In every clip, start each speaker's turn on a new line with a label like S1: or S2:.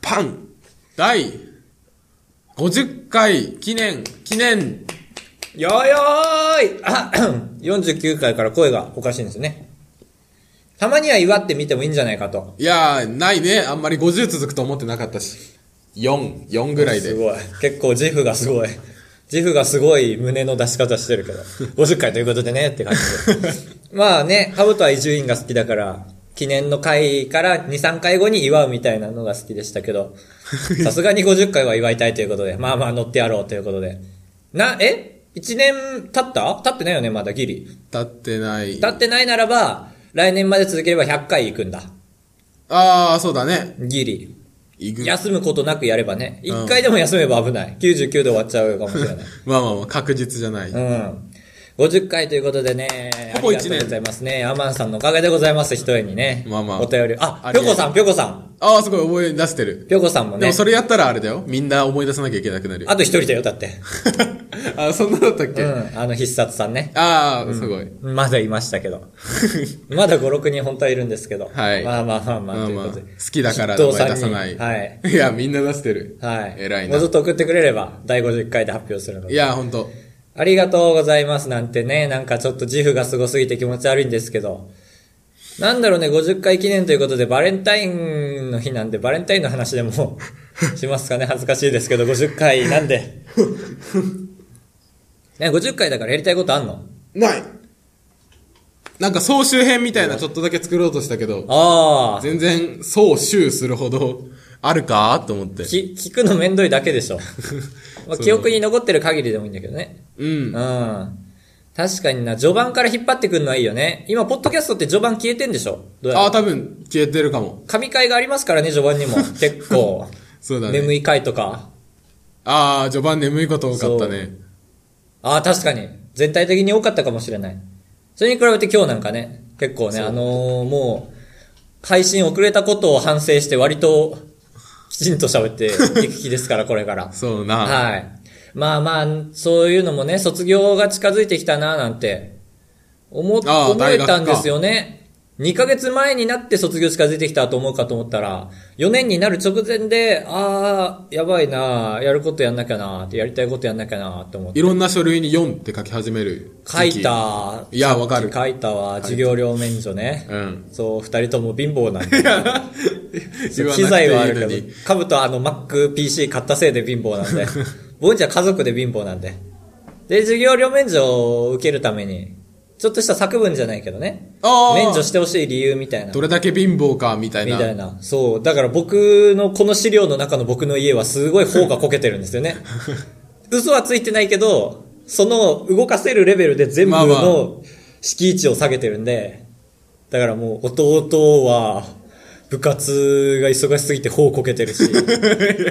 S1: パン
S2: 第50回記念、記念、
S3: よーよーいあ 49回から声がおかしいんですね。たまには祝ってみてもいいんじゃないかと。
S2: いやー、ないね。あんまり50続くと思ってなかったし。4、4ぐらいで。
S3: すごい。結構自負がすごい。自負がすごい胸の出し方してるけど。50回ということでねって感じで。 まあね、ハブとは伊集院が好きだから、記念の回から2、3回後に祝うみたいなのが好きでした けど、さすがに50回は祝いたいということで、まあまあ乗ってやろうということで。な、え ?1 年経った経ってないよね、まだギリ。
S2: 立ってない。
S3: 経ってないならば、来年まで続ければ100回行くんだ。
S2: あー、そうだね。
S3: ギリ。
S2: いぐ。
S3: 休むことなくやればね。一回でも休めば危ない。99で終わっちゃうかもし れない。
S2: まあまあまあ、確実じゃない。
S3: うん。50回ということでね。
S2: ほぼ一
S3: あり
S2: 年
S3: がとうございますね。アマンさんのおかげでございます。一重にね。
S2: まあまあ
S3: お便り。あ、
S2: あ
S3: ぴ
S2: りが
S3: ょこ
S2: とう
S3: さん、ぴょこさん。
S2: あー、すごい思い出してる。
S3: ぴょこさんも
S2: で
S3: ね
S2: も。それやったらあれだよ。みんな思い出さなきゃいけなくなるよ。
S3: あと一人だよ、だって。
S2: あ、そんなだったっ
S3: う
S2: け
S3: ん。あの必殺さんね。
S2: あー、すごい。
S3: まだいましたけど。まだ5、6人本当はいるんですけど。
S2: はい
S3: まあまあまあまあ、
S2: まあ
S3: という
S2: まあ、
S3: こと
S2: 好
S3: で。
S2: きだから
S3: 筆
S2: 名
S3: 頭さん
S2: 前
S3: に
S2: 出さない。
S3: はい。
S2: いや、みんな出してる。
S3: はい。
S2: 偉い
S3: も
S2: な
S3: うずっ。と送ってくれれば、第50回で発表するので
S2: い。や、ほんと。
S3: ありがとうございますなんてね、なんかちょっと自負がすごすぎて気持ち悪いんですけど。なんだろうね、50回記念ということで、バレンタインの日なんで、バレンタインの話でも しますかね、恥ずかしいですけど、50回なんで。 ね、50回だからやりたいことあんの
S2: ないなんか総集編みたいなちょっとだけ作ろうとしたけど、
S3: ああ、
S2: 全然総集するほどあるかと思って。
S3: き、聞くのめんどいだけでし ょ。まあ、記憶に残ってる限りでもいいんだけどね。
S2: うん。
S3: うん。確かにな、序盤から引っ張ってくるのはいいよね。今、ポッドキャストって序盤消えてんでしょどうやら
S2: ああ、多分消えてるかも。
S3: 神回がありますからね、序盤にも。結構。
S2: そうだね。
S3: 眠い回とか。
S2: ああ、序盤眠いこと多かったね。
S3: ああ、確かに。全体的に多かったかもしれない。それに比べて今日なんかね、結構ね、あのーもう、配信遅れたことを反省して割と、きちんと喋って いく気ですから、これから。
S2: そうな。
S3: はい。まあまあ、そういうのもね、卒業が近づいてきたな、なんて、思っ、
S2: ああ
S3: 思えたん
S2: 大学か
S3: ですよね。2ヶ月前になって卒業近づいてきたと思うかと思ったら、4年になる直前で、ああ、やばいな、やることやんなきゃな、ってやりたいことやんなきゃな、って思って。
S2: いろんな書類に4って書き始める。
S3: 書い。た。
S2: いやわかる
S3: 書いたわ、授業料免除ね。
S2: うん。
S3: そう、二人とも貧乏なんで。
S2: 言わなくていいのに
S3: 機材はあるけど、カブとあの MacPC 買ったせいで貧乏な んで、ボンちゃん家族で貧乏なんで。で、授業料免除を受けるために、ちょっとした作文じゃないけどね。
S2: ああ
S3: 免除してほしい理由みたいな。
S2: どれだけ貧乏か、みたい
S3: みたい
S2: な。
S3: な。そう。だから僕の、この資料の中の僕の家はすごい頬がこけてるんです よね。嘘はついてないけど、その動かせるレベルで全部
S2: まあまあ
S3: の敷地を下げてるんで、だからもう弟は部活が忙しすぎて頬こけ てるし、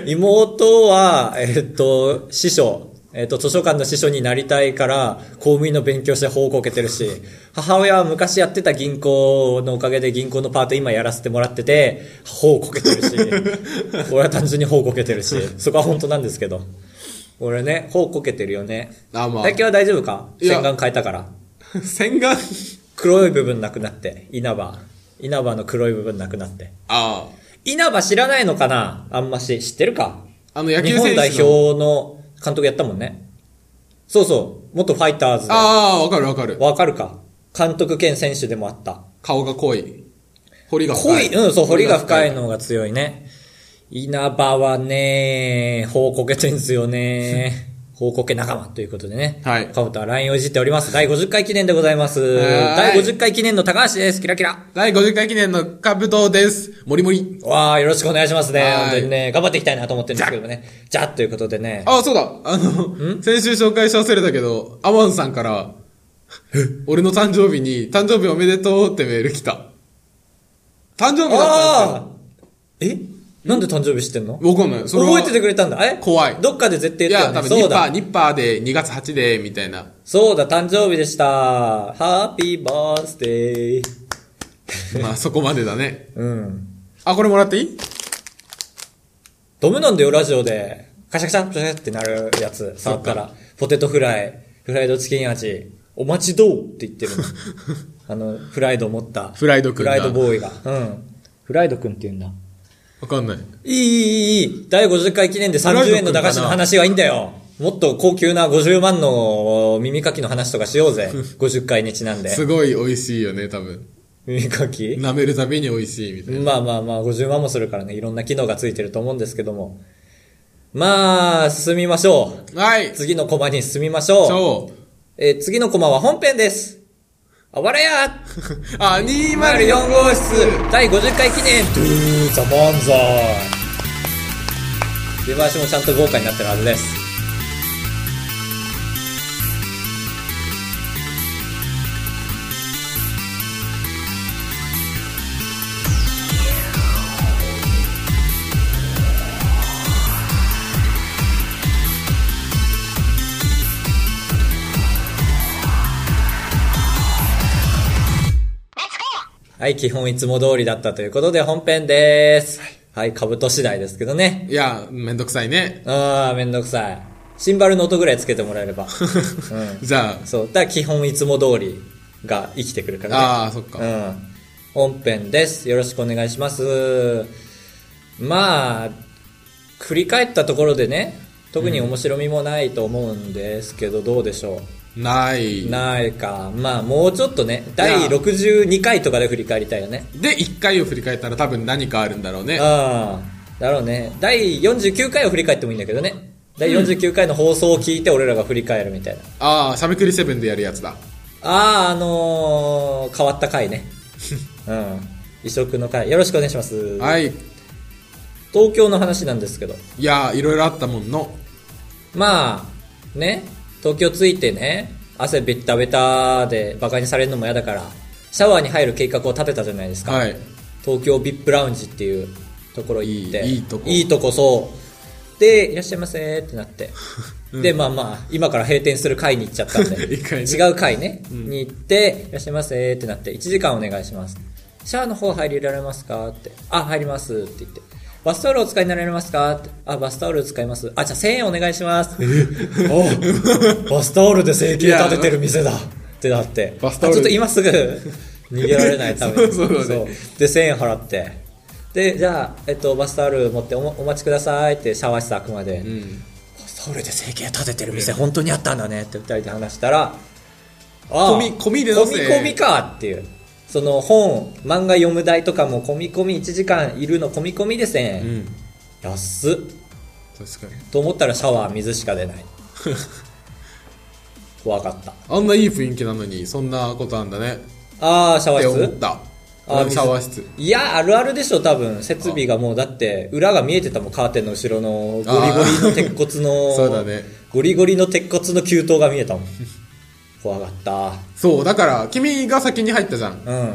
S3: 妹は、えっと、師匠、えっと、図書館の師匠になりたいから、公務員の勉強して法をこけてるし、母親は昔やってた銀行のおかげで銀行のパート今やらせてもらってて、法をこけてるし、 俺は単純に法をこけてるし、そこは本当なんですけど。俺ね、法こけてるよね。
S2: あまあ
S3: 最近は大丈夫か
S2: いや
S3: 洗顔変えたから。
S2: 洗顔。
S3: 黒い部分なくなって、稲葉。稲葉の黒い部分なくなって。
S2: あ
S3: 稲葉知らないのかなあんまし。知ってるか
S2: あ。あの野
S3: 日
S2: 球
S3: 本
S2: 選
S3: 代
S2: 手の。
S3: 表の監督やったもんね。そうそう。元ファイターズで。
S2: ああ、わかるわかる。
S3: わかるか監督兼選手でもあった。
S2: 顔が濃い。彫りが
S3: 濃
S2: 深
S3: い、
S2: い。
S3: うん、そう、彫りが深いのが強いね。稲葉はね、頬こけてんすよね。 頬こけ仲間ということでね。
S2: はい
S3: カブトは LINE をいじっております。第50回記念でございます。
S2: はーい
S3: 第50回記念の高橋です。キラキラ。
S2: 第50回記念のカブトです。もりもり。
S3: わあよろしくお願いしますね。
S2: はい
S3: 本当にね、頑張っていきたいなと思ってるんですけどもね。じゃあ、ということでね。
S2: あ、そうだ。あの、先週紹介し忘れたけど、アマンさんから、俺の誕生日に、誕生日おめでとうってメール来た。誕生日だったんです
S3: ああえなんで誕生日知ってんの
S2: よ。わかんない。それは
S3: 覚えててくれたんだ。え
S2: 怖い
S3: どっかで絶対
S2: い
S3: 言って
S2: や、
S3: た
S2: 多分ニッ
S3: よね。そう
S2: パー、
S3: だ。
S2: ニッパーで2月8で、みたいな。
S3: そうだ、誕生日でした。ハッピーバースデー。
S2: まあ、 そこまでだね。
S3: うん。
S2: あ、これもらっていい
S3: ドムなんだよ、ラジオで。カシャカシャ、カシャカシャってなるやつ、触ったら。ポテトフライ、フライドチキン味、お待ちどうって言って るの。あの、フライド持った。
S2: フライド君
S3: フ
S2: が
S3: ライドボーイが。うん。フライド君って言うんだ。
S2: わかんない。
S3: いいいいいいいい。第50回記念で30円の駄菓子の話はいいんだよ。もっと高級な50万の耳かきの話とかしよ うぜ。50回にちなんで。
S2: すごい美味しいよね、多分。
S3: 耳かき
S2: 舐めるたびに美味しいみたいな。
S3: まあまあまあ、50万もするからね、いろんな機能がついてると思うんですけども。まあ、進みましょ
S2: はい。
S3: う。次のコマに進みましょう。
S2: そう。
S3: えー次のコマは本編です。あばれや
S2: あ、204
S3: !204 号室第50回記念ドゥーザ漫才出囃子もちゃんと豪華になってるはずです。はい、基本いつも通りだったということで本編でーす。はい、兜次第ですけどね。
S2: いや、めんどくさいね。
S3: あー、めんどくさい。シンバルの音ぐらいつけてもらえれ ば。う
S2: じゃ
S3: ん。そう、だから基本いつも通りが生きてくるか
S2: あ、
S3: らね。
S2: ああ、そっか。
S3: うん。本編です。よろしくお願いします。まあ、振り返ったところでね、特に面白みもないと思うんですけど、どうでしょ
S2: ない。
S3: う。
S2: で、
S3: ないか。まあ、もうちょっとね、第62回とかで振り返りたいよね。
S2: 1回を振り返ったら多分何かあるんだろうね。
S3: ああ、だろうね。第49回を振り返ってもいいんだけどね。第49回の放送を聞いて俺らが振り返るみたいな。
S2: ああ、しゃべくりセブンでやるやつだ。
S3: ああ、あのー変わった回ね。 うん。異色の回。よろしくお願いします。
S2: はい。
S3: 東京の話なんですけど。
S2: いや、いろいろあったもんの。
S3: まあ、ね、東京着いてね、汗ベッタベタでバカにされるのも嫌だから、シャワーに入る計画を立てたじゃないですか。
S2: はい。
S3: 東京ビップラウンジっていうところ行って
S2: いいいいとこ
S3: いいとこそうでいらっしゃいませーってなって、でまあまあ今から閉店する会に行っちゃったんで
S2: 一回ね
S3: 違う会ね、に行っていらっしゃいませーってなって1時間お願いしますシャワーの方入れられますかってあ入りますって言ってバスタオルお使いになられますかってあ、バスタオル使います。あ、じゃあ1000円お願いします。 おバスタオルで整形立ててる店だってなって。
S2: バスタオル
S3: あちょっと今す ぐ逃げられないために。
S2: そうそうそうね
S3: で1000円払ってでじゃあ、えっと、バスタオル持っておもお待ちくださいってシャワー室開くまで、
S2: うん。
S3: バスタオルで整形立ててる店本当にあったんだねって二人で話したらあ
S2: 込み込みで出せ
S3: 込み込みかっていうその本漫画読む代とかも込み込み1時間いるの込み込みです
S2: う
S3: ね、
S2: ん。
S3: 安っ
S2: 確かに。
S3: と思ったらシャワー水しか 出ない怖かった
S2: あんないい雰囲気なのに、そんなことあんだね。
S3: ああシャ
S2: っ
S3: ワ
S2: て
S3: ー
S2: 思
S3: 室
S2: った。
S3: あ
S2: シャワー室。
S3: いや、あるあるでしょ、多分。設備がもう、だって、裏が見えてたもん、カーテンの後ろの、ゴリゴリの鉄骨 の、
S2: そうだね。
S3: ゴリゴリの鉄骨の給湯が見えたもん。怖かった。
S2: そう、だから、君が先に入ったじゃん。
S3: うん。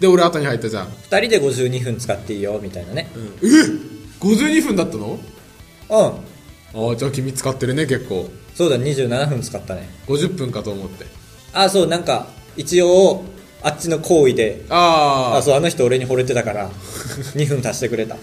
S2: で、俺後に入ったじゃん。
S3: 二人で52分使っていいよ、みたいなね。うん。
S2: 52分だったのああ、じゃあ君使ってるね、結構。
S3: そうだ、27分使ったね。
S2: 50分かと思って。
S3: あ、そう、なんか、一応、あっちの行為で、
S2: あ
S3: あ、
S2: あ、
S3: そう、あの人俺に惚れてたから、2分足してくれた。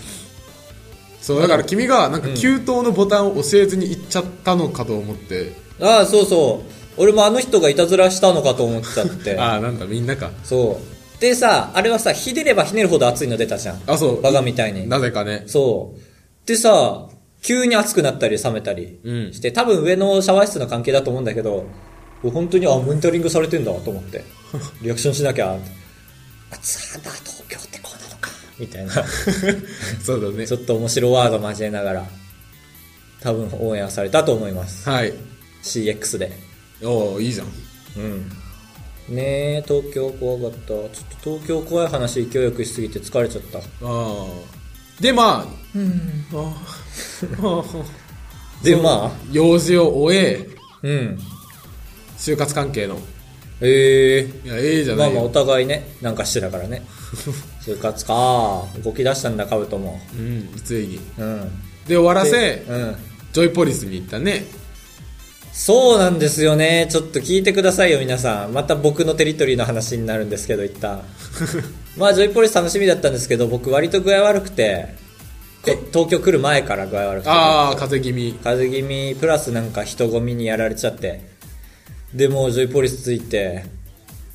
S2: そう、だから君が、なんか、給湯のボタンを教えずに行っちゃったのかと思って。
S3: ああ、そうそう。俺もあの人がいたずらしたのかと思っちゃっ て。
S2: ああ、なんだ、みんなか。
S3: そう。でさ、あれはさ、ひねればひねるほど熱いの出たじゃん。
S2: あ、そう。
S3: バカみたいに。
S2: なぜかね。
S3: そう。でさ、急に熱くなったり冷めたり
S2: うん
S3: して、多分上のシャワー室の関係だと思うんだけど、もう本当に、あ、モニタリングされてんだと 思って。リアクションしなきゃ。熱なんだ、東京ってこうなのか。みたいな。
S2: そうだね
S3: ち。ょっと面白ワード交えながら、多分オンエアされたと思います。
S2: はい。
S3: CX で。
S2: おおいいじゃん。
S3: うんねえ東京怖かったちょっと東京怖い話勢いよくしすぎて疲れちゃった
S2: ああ。で、まあ、
S3: うん
S2: あー
S3: でまあ
S2: 用事を終え、
S3: うん
S2: 就活関係の。
S3: え
S2: い
S3: え
S2: や、ええじゃ
S3: ま
S2: な
S3: あ
S2: い
S3: まあお
S2: よ。
S3: 互いねなんかしてたからね 就活か動き出したんだカブトも
S2: うん、ついに。
S3: うん
S2: で、終わらせ、
S3: うん
S2: ジョイポリスに行ったね。
S3: そうなんですよねちょっと聞いてくださいよ皆さんまた僕のテリトリーの話になるんですけど一 旦まあジョイポリス楽しみだったんですけど僕割と具合悪くてこ東京来る前から具合悪くて
S2: ああ、風邪気味。
S3: 風邪気味プラスなんか人混みにやられちゃってでもうジョイポリスついて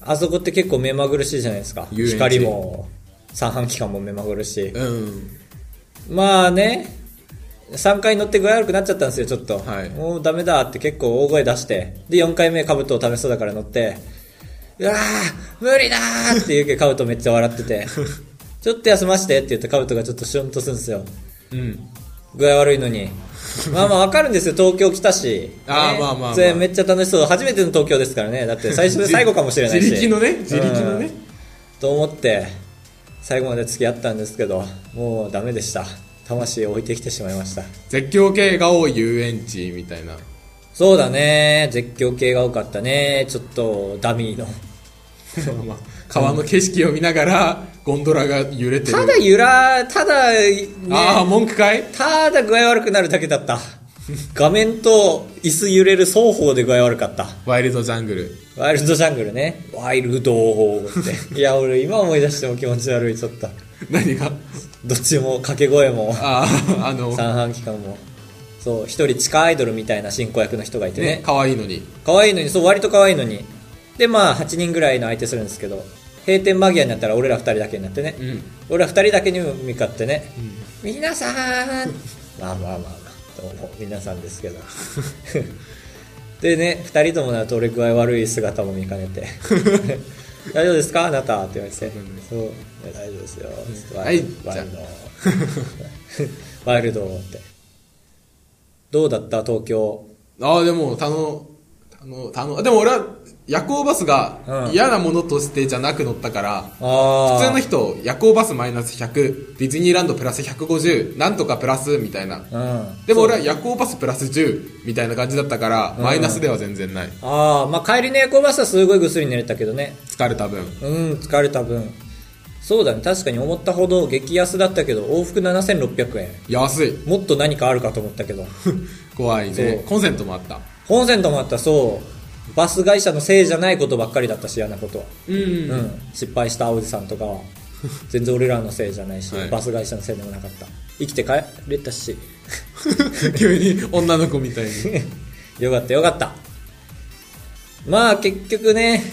S3: あそこって結構目まぐるしいじゃないですか
S2: 遊園地
S3: 光も三半規管も目まぐるしい
S2: うん。
S3: まあね、3回乗って具合悪くなっちゃったんですよ、ちょっと。
S2: はい
S3: もうダメだって結構大声出して。で、4回目カブトを試しそうだから乗って、うわー無理だーって言うけどカブトめっちゃ笑って て、ちょっと休ませてって言ってカブトがちょっとシュンとするんですよ。
S2: うん。
S3: 具合悪い のに。まあまあわかるんですよ、東京来たし。
S2: あー
S3: ね
S2: まあまあまあ
S3: それめっちゃ楽しそう。初めての東京ですからね。だって最初で最後かもしれないし。
S2: 自力のね、自力のね
S3: うん。と思って最後まで付き合ったんですけどもうダメでした魂を置いてきてしまいました
S2: 絶叫系が多い遊園地みたいな。
S3: そうだね絶叫系が多かったねちょっとダミーの
S2: まあ 川の景色を見ながら、ゴンドラが揺れてる。
S3: ただ揺らただね
S2: ああ、文句かい
S3: ただ具合悪くなるだけだった画面と椅子揺れる双方で具合悪かった
S2: ワイルドジャングル。
S3: ワイルドジャングルねワイルドっていや俺今思い出しても気持ち悪いちょっと
S2: 何が
S3: どっちも掛け声も
S2: ああ、あの、
S3: 三半期間もそう一人地下アイドルみたいな進行役の人がいてね
S2: ね、可愛いのに。
S3: 可愛いのにそう割と可愛いのにでまあ8人ぐらいの相手するんですけど閉店間際になったら俺ら2人だけになってね、
S2: うん。
S3: 俺ら2人だけに向かってね「皆さん!」 まあまあまあまあどうも皆さんですけど でね2人ともなると俺具合悪い姿も見かね て「大丈夫ですかあなた」って言われて「そういや大丈夫ですよ」
S2: はい
S3: ワ
S2: じゃ
S3: イルド ワイルドってどうだった東京
S2: ああ、でも、たの、たの、たの、でも俺は夜行バスが
S3: うん
S2: 嫌なものとしてじゃなく乗ったから、
S3: ああ
S2: 普通の人、夜行バスマイナス100、ディズニーランドプラス150、なんとかプラスみたいな。
S3: うん
S2: でも俺は夜行バスプラス10みたいな感じだったから、マイナスでは全然ない。
S3: ああまあ帰りの夜行バスはすごいぐっすり寝れたけどね
S2: 疲れた分。
S3: うん疲れた分そうだね確かに思ったほど激安だったけど往復7600円
S2: 安い。
S3: もっと何かあるかと思ったけど
S2: 怖い
S3: そ
S2: ね
S3: う。
S2: コンセントもあった。
S3: 本線ともあったそうバス会社のせいじゃないことばっかりだったし嫌なことは
S2: うん
S3: うん、失敗したおじさんとかは全然俺らのせいじゃないし、
S2: はい
S3: バス会社のせいでもなかった生きて帰れたし
S2: 急に女の子み たいに。
S3: よかったよかったまあ結局ね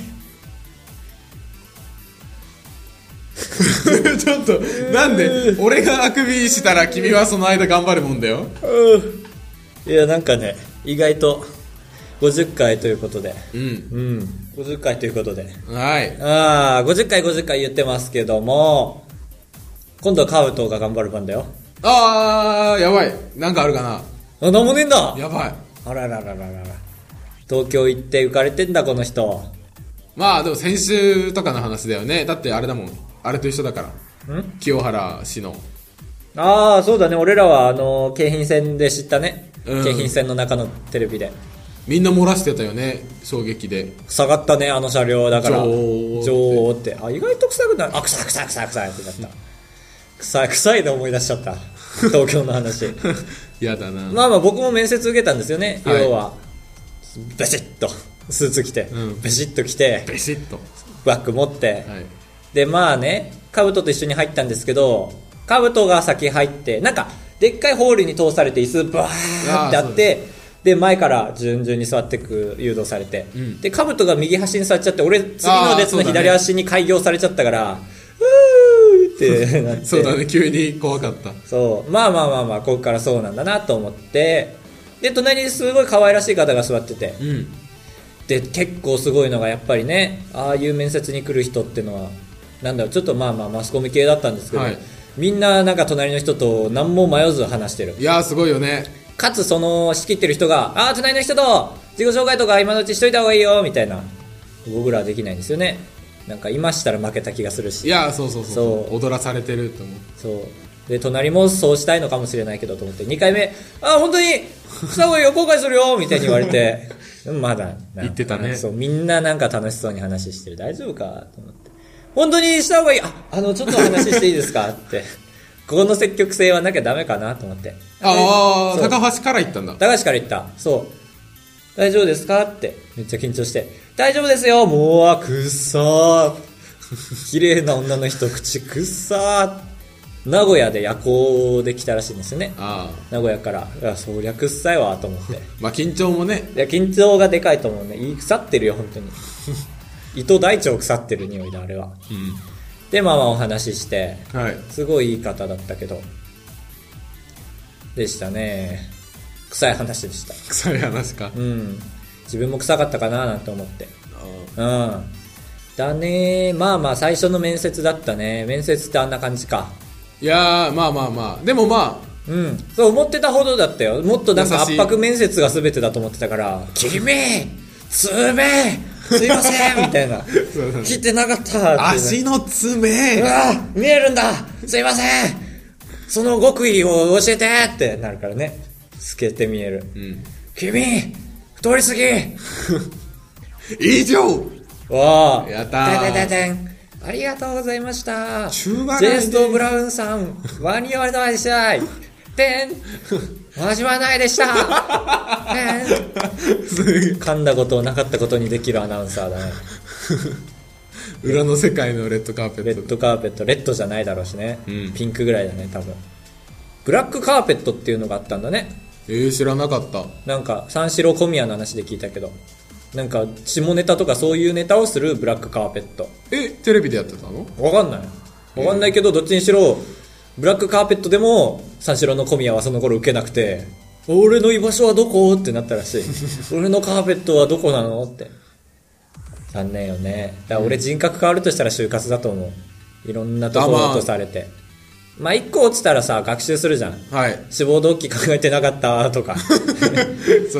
S2: ちょっと、なんで、俺があくびしたら君はその間頑張るもんだよ。
S3: いやなんかね意外と50回ということで
S2: うん。
S3: うん50回ということで
S2: はい。
S3: ああ50回50回言ってますけども今度はカウトが頑張る番だよ
S2: あー、やばい。なんかあるかな。
S3: あなんもねえんだ
S2: やばい。
S3: あらららららら東京行って浮かれてんだこの人
S2: まあ、でも先週とかの話だよね。だってあれだもん。あれと一緒だから。
S3: ん
S2: 清原氏の。
S3: ああそうだね俺らはあの京浜線で知ったね、
S2: うん
S3: 京浜線の中のテレビで
S2: みんな漏らしてたよね。衝撃で。
S3: 下がったねあの車両だから
S2: 女王って
S3: 女王ってあ意外と臭くないあ臭い臭い臭い臭いってなった臭い臭いで思い出しちゃった東京の話
S2: やだな。
S3: まあまあ僕も面接受けたんですよね、
S2: はい
S3: 要はベシッとスーツ着て、
S2: うん
S3: ベシッと着て
S2: ベシッと。
S3: バッグ持って、
S2: はい。
S3: でまあねカブトと一緒に入ったんですけどカブトが先入ってなんかでっかいホールに通されて椅子バーってあ
S2: あーそ
S3: っ
S2: う
S3: てで前から順々に座ってく誘導されて、
S2: うん
S3: でカブトが右端に座っちゃって俺次の列の
S2: あーそうだね
S3: 左足に開業されちゃったからう,、ーってなっ て
S2: そうだね。急に怖かった。
S3: そうまあまあまあまあここからそうなんだなと思ってで隣にすごい可愛らしい方が座ってて
S2: うん。
S3: で結構すごいのがやっぱりねああいう面接に来る人ってのはなんだろうちょっとまあまあマスコミ系だったんですけど、
S2: はい
S3: みんななんか隣の人と何も迷わず話してる
S2: いやー、すごいよね。
S3: かつその仕切ってる人が「ああ隣の人と自己紹介とか今のうちしといた方がいいよ」みたいな僕らはできないんですよねなんか今したら負けた気がする
S2: い
S3: し
S2: やー、そうそうそう。
S3: そう
S2: 踊らされてると思う。
S3: そうで隣もそうしたいのかもしれないけどと思って2回目「ああ本当にした方がいいよ後悔するよ」みたいに言われ てうんまだな
S2: 言ってたね
S3: そうみんななんか楽しそうに話してる大丈夫かと思って本当にした方がいいああのちょっと話していいです かってここの積極性はなきゃダメかなと思って
S2: あー、
S3: そう
S2: 高橋から行ったんだ。
S3: 高橋から言った。そう。大丈夫ですかって。めっちゃ緊張して。大丈夫ですよもう、あくっさー。 綺麗な女の人、口くっさー。名古屋で夜行で来たらしいんですよね。
S2: あー。
S3: 名古屋から。いや、そりゃくっさいわ、と思って。
S2: まあ緊張もね、
S3: いや、緊張がでかいと思うね。いい腐ってるよ、本当に。 糸大腸腐ってる匂いだ、あれは。で、まあまあお話しして。
S2: はい
S3: すごいいい方だったけど。でしたね。臭い話でした。
S2: 臭い話か。
S3: うん。自分も臭かったかななんて思って。
S2: あ
S3: うん。だねまあまあ最初の面接だったね。面接ってあんな感じか。
S2: ーいやー、まあまあまあ。でもまあ、
S3: うん。そう思ってたほどだったよ。もっとなんか
S2: 優し
S3: 圧
S2: い
S3: 迫面接が全てだと思ってたから、君爪すいませんみたいな。
S2: うだね
S3: 切ってなかったっていうね
S2: 足の
S3: う
S2: 爪
S3: わ見えるんだすいませんその極意を教えてってなるからね。透けて見える。
S2: うん。
S3: 君太りすぎ
S2: 以上
S3: わあ
S2: やったー
S3: てんてんてんてんありがとうございました
S2: 中腹
S3: ジェスト・ブラウンさんワニワルドアイシャイてんマジはないでしたてん
S2: すげえ
S3: 噛んだことをなかったことにできるアナウンサーだね
S2: 裏の世界のレッドカーペ
S3: レ
S2: ット
S3: ッドカーペットレッドじゃないだろうしね、
S2: うん
S3: ピンクぐらいだね多分ブラックカーペットっていうのがあったんだね
S2: えー、知らなかった。
S3: なんか三四郎小宮の話で聞いたけどなんか下ネタとかそういうネタをするブラックカーペット
S2: え、テレビでやってたの
S3: わかんないわかんないけど、どっちにしろブラックカーペットでも三四郎の小宮はその頃受けなくて俺の居場所はどこってなったらしい俺のカーペットはどこなのって残念よねだから俺人格変わるとしたら就活だと思ういろんなところ
S2: だまあ
S3: 落とされてまあ一個落ちたらさ学習するじゃん
S2: はい。
S3: 志望動機考えてなかったとか
S2: そ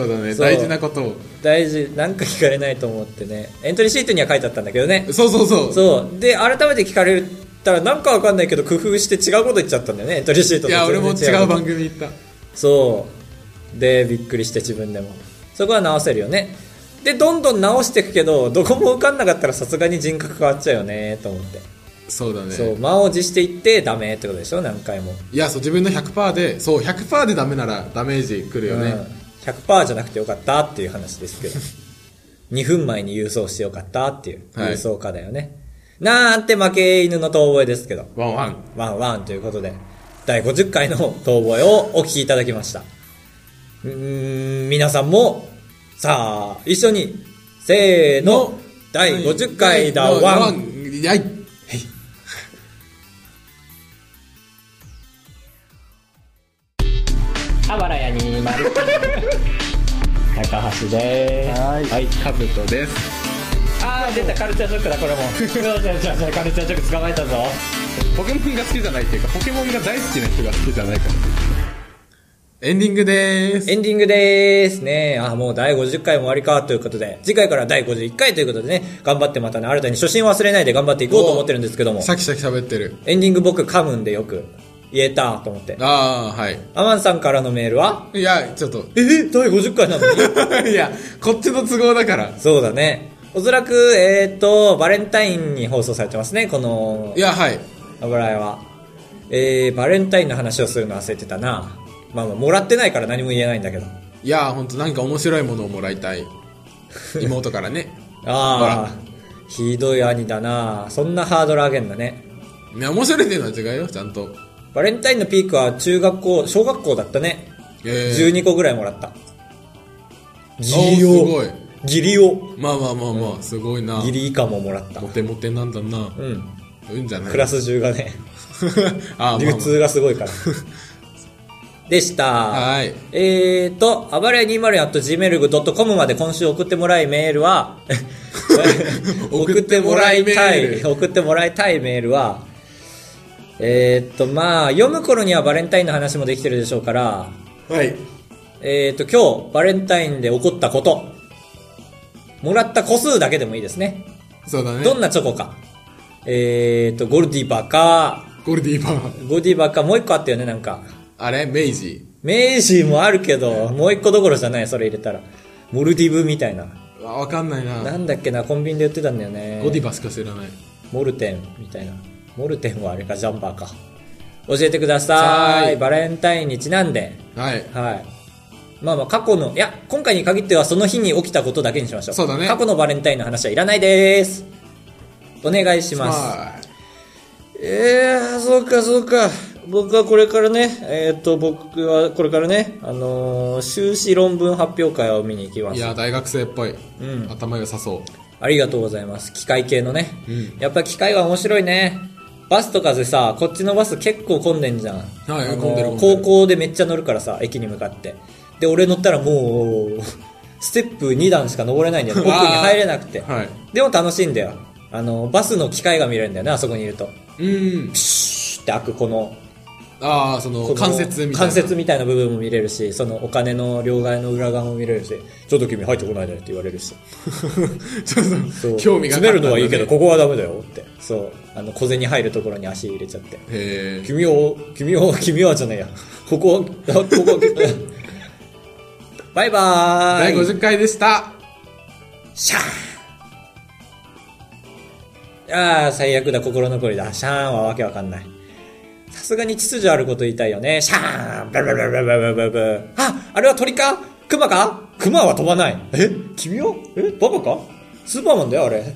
S2: うだね。
S3: そう
S2: 大事なことを。
S3: 大事なんか聞かれないと思ってねエントリーシートには書いてあったんだけどね
S2: そうそうそう。
S3: そう。で、改めて聞かれたら、なんかわかんないけど、工夫して違うこと言っちゃったんだよね、エントリーシートと
S2: いや、俺も
S3: 全然
S2: 違う
S3: こと
S2: 番組行った。
S3: そう。で、びっくりして自分でも。そこは直せるよね。で、どんどん直していくけど、どこも受かんなかったらさすがに人格変わっちゃうよね、と思って。
S2: そうだ
S3: そ
S2: ね
S3: う、。満を持していってダメってことでしょ、何回も。
S2: いや、そう、自分の100%で、そう、100%でダメならダメージくるよ
S3: うん
S2: ね。
S3: 100%じゃなくてよかったっていう話ですけど。2分前に郵送してよかったっていう、
S2: はい
S3: 郵送家だよね。なんて負け犬の遠吠えですけど。
S2: ワンワン。
S3: ワンワンということで、第50回の遠吠えをお聞きいただきました。うーん、皆さんも、さあ、一緒に、せーの、第50回だワン。
S2: ン。いやい。
S3: あばらやにま る。高橋でーす。
S2: はい。はい、カブトです。
S3: あー、出た、カルチャーショックだ、こ れも。そうそうそうそうカルチャーショック捕まえたぞ。
S2: ポケモンが好きじゃないっていうか、ポケモンが大好きな人が好きじゃないから。エンディングでーす。
S3: エンディングでーすね。あ、もう第50回も終わりかということで、次回から第51回ということでね、頑張ってまたね、新たに初心忘れないで頑張っていこうと思ってるんですけども。
S2: シャキシャキ喋ってる。
S3: エンディング僕噛むんでよく言えたと思って。
S2: あー、はい。
S3: アマンさんからのメールはい
S2: や、ちょっと。
S3: え第50回なの
S2: いや、こっちの都合だから。
S3: そうだね。おそらく、えっ、と、バレンタインに放送されてますね、この
S2: い、や、はい。
S3: 油絵は。えー、バレンタインの話をするの忘れてたな。まあまあ、もらってないから何も言えないんだけど。
S2: いや、ほんと、なんか面白いものをもらいたい。妹からね。
S3: ああ、ひどい兄だな。そんなハードル上げんだね。
S2: いや、面白いっていうのは違うよ、ちゃんと。
S3: バレンタインのピークは中学校、小学校だったね。
S2: えー、
S3: 12個ぐらいもらった。
S2: お
S3: ギリ
S2: すご
S3: オ
S2: い。
S3: ギリオ
S2: まあまあまあまあ、すごいな。
S3: ギリ以下ももらった
S2: モ。テモテなんだな。
S3: うん。
S2: うんじゃない
S3: クラス中がね、
S2: あー、まあ、
S3: 流通がすごいから。でし
S2: まあ。
S3: た。
S2: はい。
S3: えーと、あばれ 204.gmail.com まで今週送ってもらいメールは、
S2: 送ってもらいメール
S3: 送ってもらいたいメールは、えーと、まあ、読む頃にはバレンタインの話もできてるでしょうから、
S2: はい。
S3: えーと、今日、バレンタインで起こったこと、もらった個数だけでもいいですね。
S2: そうだね。
S3: どんなチョコか。えーと、ゴルディバか、
S2: ゴルディバー。
S3: ゴルディバか、もう一個あったよね、なんか。
S2: あれ明治。
S3: 明治もあるけど、もう一個どころじゃない、それ入れたら。モルディブみたいな。
S2: わわかんないな。
S3: なんだっけな、コンビニで売ってたんだよね。
S2: ゴディバしか知らない。
S3: モルテンみたいな。モルテンはあれか、ジャンパーか。教えてください。
S2: はい
S3: バレンタインにちなんで。
S2: はい。
S3: はい。まあまあ、過去の、いや、今回に限ってはその日に起きたことだけにしましょう。
S2: そうだね
S3: 過去のバレンタインの話はいらないです。お願いします。
S2: は
S3: えー、そうかそうか。僕はこれからね、えーっと、僕はこれからね、あのー修士論文発表会を見に行きま
S2: い。い
S3: す。
S2: や、大学生っぽい。
S3: うん
S2: 頭良さそ
S3: ありがとうございます。機械系のね。
S2: う。うん。
S3: やっぱ機械は面白いね。バスとかでさ、こっちのバス結構混んでんじゃん。
S2: はい
S3: あの
S2: 混んでる混んで
S3: 高
S2: る
S3: 校でめっちゃ乗るからさ、駅に向かって。で、俺乗ったらもう、ステップ2段しか登れないんだ よ。奥に入れなくて。
S2: はい。
S3: でも楽しいんだよ。あの、バスの機械が見れるんだよね、あそこにいると。
S2: うん。
S3: シューって開くこの、
S2: ああ、その
S3: こ、の
S2: 関節みたいな。
S3: 関。節みたいな部分も見れるし、そのお金の両替の裏側も見れるし、ちょっと君入ってこないでって言われるし。
S2: ちょ
S3: そ
S2: っ
S3: う
S2: と、興味が
S3: 詰めるのはいいけど、
S2: へ
S3: ここはダメだよって。そう。あの、小銭入るところに足入れちゃって。
S2: え。
S3: 君を、君を、 君はじゃないや。ここは、ここ は、バイバー
S2: 第
S3: イ
S2: 50回でした。
S3: シャーンああ、最悪だ、心残りだ。シャーンはわけわかんない。さすがに秩序あること言いたいよね。シャーンブルブルブルブルブルブルあ、あれは鳥か熊か熊は飛ばない。え君はえバカかスーパーマンだよ、あれ。